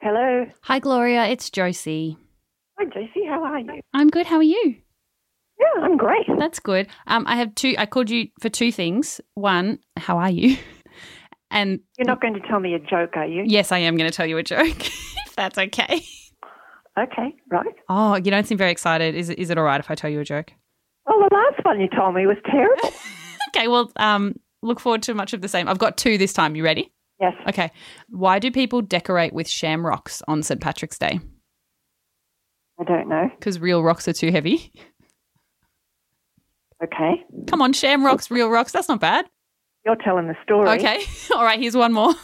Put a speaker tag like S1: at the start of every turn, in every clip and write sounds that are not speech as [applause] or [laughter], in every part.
S1: Hello.
S2: Hi, Gloria. It's Josie.
S1: Hi, Josie. How are you?
S2: I'm good. How are you?
S1: Yeah, I'm great.
S2: That's good. Um, I have two. I called you for two things. One, how are you? [laughs] And
S1: You're not going to tell me a joke, are you?
S2: yes, I am going to tell you a joke, [laughs] if that's okay.
S1: Okay, right.
S2: Oh, you don't seem very excited. Is it, is it all right if I tell you a joke?
S1: Well, the last one you told me was terrible.
S2: Okay. Well, um, look forward to much of the same. I've got two this time. You ready?
S1: yes.
S2: Okay. Why do people decorate with shamrocks on St. Patrick's Day?
S1: I don't know.
S2: Because real rocks are too heavy.
S1: Okay.
S2: Come on, shamrocks, real rocks. That's not bad.
S1: You're telling the story.
S2: Okay. [laughs] All right. Here's one more.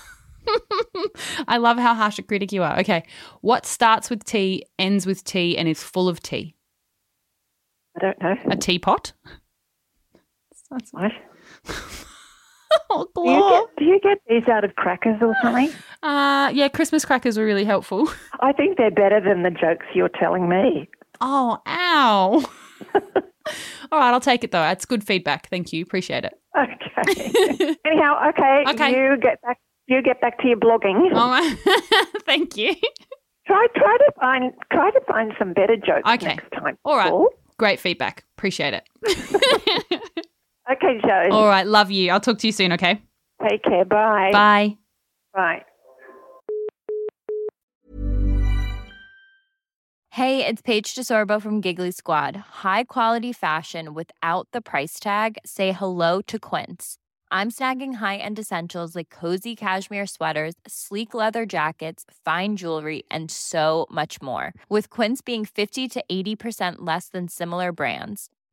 S2: [laughs] I love how harsh a critic you are. Okay. What starts with tea, ends with tea, and is full of tea?
S1: I don't know.
S2: A teapot? That's
S1: What?
S2: [laughs] oh,
S1: Do you, get, do you get these out of crackers or something?
S2: Uh, yeah, Christmas crackers were really helpful. [laughs]
S1: I think they're better than the jokes you're telling me. [laughs]
S2: Oh, ow. All right, I'll take it though. That's good feedback. Thank you. Appreciate it. [laughs]
S1: Okay. Anyhow, okay.
S2: Okay. Oh.
S1: You get back. You get back to your blogging.
S2: All right. [laughs] Thank you.
S1: Try try to find try to find some better jokes
S2: Okay.
S1: next time.
S2: All right.
S1: Paul.
S2: Great feedback. Appreciate it. [laughs]
S1: Okay, Joe.
S2: All right. Love you. I'll talk to you soon, okay?
S1: Take care. Bye.
S2: Bye.
S1: Bye.
S3: Hey, it's Paige DeSorbo from Giggly Squad. High quality fashion without the price tag. Say hello to Quince. I'm snagging high-end essentials like cozy cashmere sweaters, sleek leather jackets, fine jewelry, and so much more. With Quince being 50 to 80% less than similar brands.